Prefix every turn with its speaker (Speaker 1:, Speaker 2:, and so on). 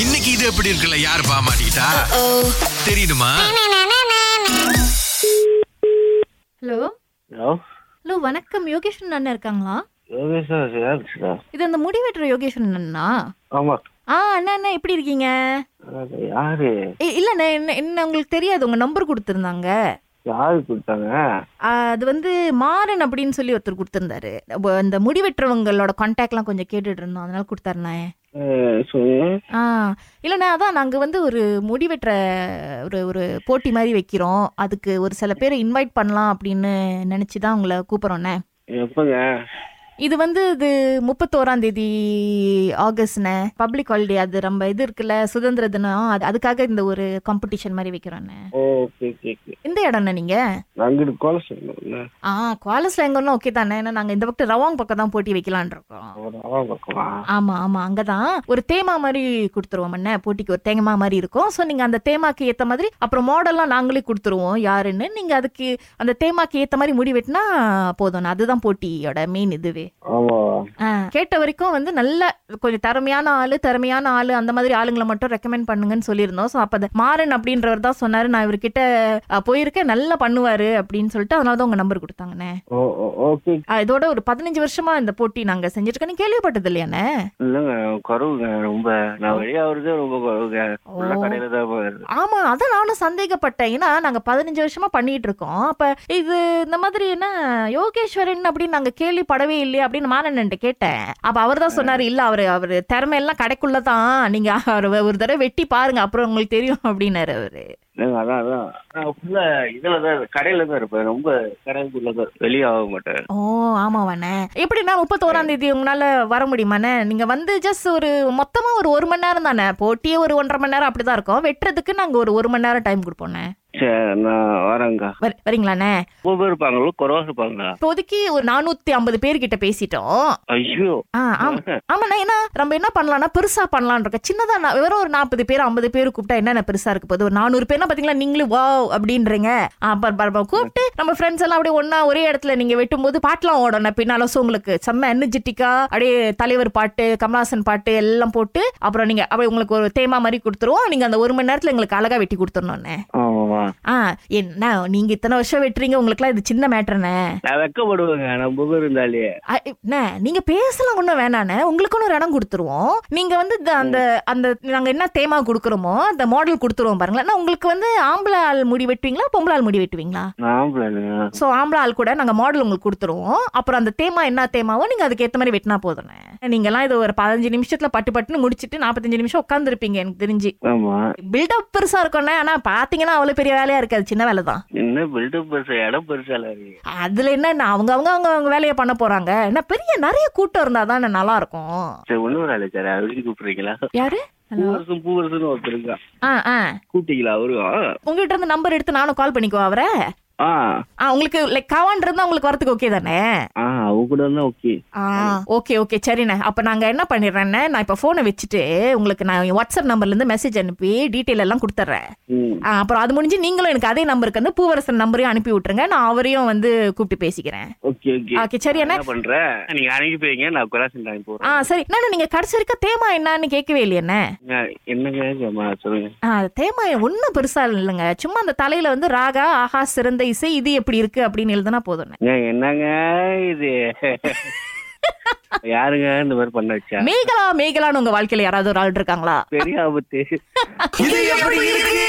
Speaker 1: இன்னைக்கு இது எப்படி இருக்குல்ல யார் பாமாட்டா தெரியுமா
Speaker 2: ஹலோ
Speaker 3: ஹலோ
Speaker 2: ஹலோ வணக்கம் யோகேஸ்வரன் அண்ணன் இருக்காங்களா
Speaker 3: யோகேஷ் யாருச்சுடா
Speaker 2: இது அந்த முடிவெட்டுற யோகேஸ்வரன் அண்ணா
Speaker 3: ஆமா
Speaker 2: ஆ அண்ணா அண்ணா எப்படி இருக்கீங்க
Speaker 3: அது யாரு
Speaker 2: ஏ, இல்லண்ணா என்ன என்ன உங்களுக்கு தெரியாது உங்க நம்பர் கொடுத்துருந்தாங்க
Speaker 3: யாரு கொடுத்தாங்க
Speaker 2: அது வந்து மாறன் அப்படின்னு சொல்லி ஒருத்தர் கொடுத்துருந்தாரு அப்ப அந்த முடிவெட்டுறவங்களோட கான்டாக்ட்லாம் கொஞ்சம் கேட்டுட்டு இருந்தோம் அதனால கொடுத்தாருண்ணே
Speaker 3: அஹ் சொல்லு
Speaker 2: ஆ இல்லைண்ணா அதான் நாங்கள் வந்து ஒரு முடி வெட்டுற ஒரு ஒரு போட்டி மாதிரி வைக்கிறோம் அதுக்கு ஒரு சில பேரை இன்வைட் பண்ணலாம் அப்படின்னு நினச்சி தான் உங்களை கூப்பிட்றோண்ணே
Speaker 3: எப்பங்க
Speaker 2: இது வந்து இது முப்பத்தோராம் தேதி ஆகஸ்ட்ண்ணே பப்ளிக் ஹாலிடே அது ரொம்ப இது இருக்குல்ல சுதந்திர தினம் அது அதுக்காக இந்த ஒரு காம்படிஷன் மாதிரி வைக்கிறோண்ணே
Speaker 3: ஓகே ஓகே ஓகே
Speaker 2: இந்த இடம்ண்ணே நீங்கள்
Speaker 3: அங்கிட்டு கோல சொல்லணும்ல
Speaker 2: ஆ குவாலஸில் எங்கன்னா ஓகே தானே ஏன்னா நாங்கள் இந்த பக்கம் ரவாங் பக்கம் தான் போட்டி வைக்கலான் இருக்கோம்
Speaker 3: ஒரு அவா பக்கமா
Speaker 2: ஆமா ஆமா அங்கதான் ஒரு தேமா மாதிரி கொடுத்துருவோம் என்ன போட்டிக்கு ஒரு தேமா மாதிரி இருக்கும் ஸோ நீங்க அந்த தேமாக்கு ஏத்த மாதிரி அப்புறம் மாடல்லாம் நாங்களே கொடுத்துருவோம் யாருன்னு நீங்க அதுக்கு அந்த தேமாக்கு ஏத்த மாதிரி முடி வெட்டினா போதும் அதுதான் போட்டியோட மெயின் இதுவே
Speaker 3: ஆமா
Speaker 2: ஆ, கேட்ட வரைக்கும் வந்து நல்ல கொஞ்சம் திறமையான ஆளு திறமையான ஆளு அந்த மாதிரி ஆளுங்களை மட்டும் ரெக்கமெண்ட் பண்ணுங்கன்னு சொல்லியிருந்தோம் ஸோ அப்போ மாறன் அப்படின்றவர் தான் சொன்னாரு நான் இவர்கிட்ட அ, போயிருக்கேன் நல்லா பண்ணுவாரு அப்படின்னு சொல்லிட்டு அதனால தான் உங்க நம்பர் கொடுத்தாங்கண்ணே
Speaker 3: ஓ ஓ, ஓகே
Speaker 2: ஆ, இதோட ஒரு பதினஞ்சு வருஷமா இந்த போட்டி நாங்க செஞ்சிருக்கோன்னு கேள்விப்பட்டது இல்லையாண்ணே
Speaker 3: இல்லைங்க குறவுங்க ரொம்ப நான் வெளியாகிறதே ரொம்ப குறவுங்க ஃபுல்லாக கடையில தான் போகிறது
Speaker 2: ஆமா அதான் நானும் சந்தேகப்பட்டேன் ஏன்னா நாங்க பதினஞ்சு வருஷமா பண்ணிட்டு இருக்கோம் அப்ப இது இந்த மாதிரி என்ன யோகேஸ்வரன் அப்படின்னு நாங்க கேள்விப்படவே இல்லையே அப்படின்னு மாறன்ட்டு கேட்டேன் அப்ப அவர் தான் சொன்னாரு இல்ல அவரு அவரு திறமையெல்லாம் கடைக்குள்ள தான் நீங்க அவரை ஒரு தடவை வெட்டி பாருங்க அப்புறம் உங்களுக்கு தெரியும் அப்படின்னாரு அவரு
Speaker 3: இல்லைங்க அதான் அதான் நான் ஃபுல்லாக இதில் தான் கடையில் தான் இருப்பேன் ரொம்ப கடைக்குள்ளே தான் வெளியாக மாட்டேன்
Speaker 2: ஓ ஆமாவாண்ணே எப்படின்னா முப்பத்தோராம் தேதி உங்களால வர முடியுமாண்ணே நீங்க வந்து ஜஸ்ட் ஒரு மொத்தமா ஒரு ஒரு மணி நேரம் தானே போட்டியே ஒரு ஒன்றரை மணி நேரம் அப்படிதான் இருக்கும் வெட்டுறதுக்கு நாங்க ஒரு ஒரு மணி நேரம் டைம் கொடுப்போண்ணே
Speaker 3: சரி நான் வரேங்க
Speaker 2: வர- வரீங்களாண்ணே
Speaker 3: ரொம்ப பேர் இருப்பாங்களோ குறவா இருப்பாங்களா
Speaker 2: இப்போதைக்கு ஒரு நானூத்தி ஐம்பது பேர்கிட்ட பேசிட்டோம்
Speaker 3: ஐயோ
Speaker 2: ஆ, ஆம். ஆமாண்ணா ஏன்னா நம்ம என்ன பண்ணலாம்னா பெருசா பண்ணலாம்னு இருக்கோம் சின்னதா நான் வெறும் ஒரு நாற்பது பேர் ஐம்பது பேர் கூப்பிட்டா என்னென்ன பெருசா இருக்க போகுது ஒரு நானூறு பேர்னா பாத்தீங்களா நீங்களும் வா அப்படின்றீங்க ஆ, பர- பர- பர. கூப்பிட்டு நம்ம ஃப்ரெண்ட்ஸ் எல்லாம் அப்படியே ஒண்ணா ஒரே இடத்துல நீங்க வெட்டும் போது பாட்டெல்லாம் ஓடணும் பின்னால ஸோ உங்களுக்கு செம்ம எனர்ஜெட்டிக்கா அப்படியே தலைவர் பாட்டு கமலாசன் பாட்டு எல்லாம் போட்டு அப்புறம் நீங்க அப்படியே உங்களுக்கு ஒரு தேமா மாதிரி கொடுத்துருவோம் நீங்க அந்த ஒரு மணி நேரத்துல எங்களுக்கு அழகா வெட்டி கொடுத்துடணும்ண்ணே
Speaker 3: ஆமாவா
Speaker 2: ஆ என்ன நீங்க இத்தனை வருஷம் வெட்டுறீங்க உங்களுக்குலாம் இது சின்ன மேட்டர்ண்ணே
Speaker 3: நான் வெக்கப்படுவேங்க நம்ம பேர் இருந்தாலே
Speaker 2: அ, அண்ணே, நீங்க பேசலாம் ஒன்றும் வேணாண்ணே உங்களுக்குன்னு ஒரு இடம் கொடுத்துருவோம் நீங்க வந்து இந்த- அந்த அந்த நாங்க என்ன தேமா கொடுக்குறோமோ அந்த மாடல் கொடுத்துருவோம் பாருங்களேன் நான் உங்களுக்கு வந்து ஆம்பளை ஆள் முடி வெட்டுவீங்களா பொம்பளை ஆள் முடி வெட்டுவீங்களா
Speaker 3: நான் பிள்ளைங்க
Speaker 2: ஸோ ஆம்பளை ஆள் கூட நாங்க மாடல் உங்களுக்கு கொடுத்துருவோம் அப்புறம் அந்த தேமா என்ன தேமாவோ நீங்க அதுக்கு ஏத்த மாதிரி வெட்டினா போதுண்ணே நீங்கலாம் இது ஒரு பதினஞ்சு நிமிஷத்துல பட்டு பட்டுன்னு முடிச்சிட்டு நாற்பத்தஞ்சு நிமிஷம் உட்காந்துருப்பீங்க எனக்கு தெரிஞ்சு
Speaker 3: ஆமா
Speaker 2: பில்டப் பெருசா இருக்கும்ண்ணே ஆனா பாத்தீங்கன்னா அவ்வளவு பெரிய வேலையா இருக்காது சின்ன வேலை தான்
Speaker 3: என்ன பில்டப் பெருசா இடம் பெருசால இருக்கு
Speaker 2: அதுல என்ன அவங்க அவங்க அவங்க அவங்க வேலையை பண்ண போறாங்க என்ன பெரிய நிறைய கூட்டம் இருந்தா தான் நல்லா இருக்கும்
Speaker 3: சரி ஒண்ணு வேலை சார் அப்படின்னு கூப்பிடுறீங்களா
Speaker 2: யாரு ஹலோ
Speaker 3: பூவரசன் பூவரசன் ஒருத்தர் இருக்கா
Speaker 2: ஆ ஆ
Speaker 3: கூட்டிங்களா அவரும்
Speaker 2: உங்ககிட்ட இருந்து நம்பர் எடுத்து நானும் கால் பண்ணிக்குவா அவரை
Speaker 3: ஆ
Speaker 2: ஆ உங்களுக்கு லைக் கவான் இருந்தா உங்களுக்கு வரதுக்கு ஓகே தானே
Speaker 3: ஆ அவங்க கூட இருந்தா ஓகே
Speaker 2: ஆ ஓகே ஓகே சரிண்ணே அப்போ நாங்கள் என்ன பண்ணிடுறேண்ணே நான் இப்போ ஃபோனை வச்சுட்டு உங்களுக்கு நான் என் வாட்ஸ்அப் நம்பர்லேருந்து மெசேஜ் அனுப்பி டீட்டெயில் எல்லாம் கொடுத்துட்றேன்
Speaker 3: ம்
Speaker 2: ஆ, அப்புறம் அது முடிஞ்சு நீங்களும் எனக்கு அதே நம்பருக்கு வந்து பூவரசன் நம்பரையும் அனுப்பி விட்டுருங்க நான் அவரையும் வந்து கூப்பிட்டு பேசிக்கிறேன்
Speaker 3: ஓகே ஓகே
Speaker 2: ஓகே சரி
Speaker 3: என்ன பண்ற நீங்க அனுப்பி போய்ங்க நான் குலாசன் டைம்
Speaker 2: ஆ சரி நான் நீங்கள் கடைசி வரைக்கும் தேமா என்னன்னு கேட்கவே இல்லையண்ணே
Speaker 3: போறேன் என்னங்க ஏம்மா, சொல்லுங்க
Speaker 2: ஆ, தேமா ஒன்றும் பெருசாக இல்லைங்க சும்மா அந்த தலையில் வந்து ராகா ஆஹா சிறந்த இசை இது எப்படி இருக்கு அப்படின்னு எழுதுனா போதும்
Speaker 3: ஏன், என்னங்க இது யாருங்க இந்த மாதிரி பண்ண வச்சா
Speaker 2: மேகலா மேகலான்னு உங்க வாழ்க்கையில யாராவது ஒரு ஆள் இருக்காங்களா
Speaker 3: பெரிய ஆபத்து
Speaker 1: இது எப்படி இருக்கு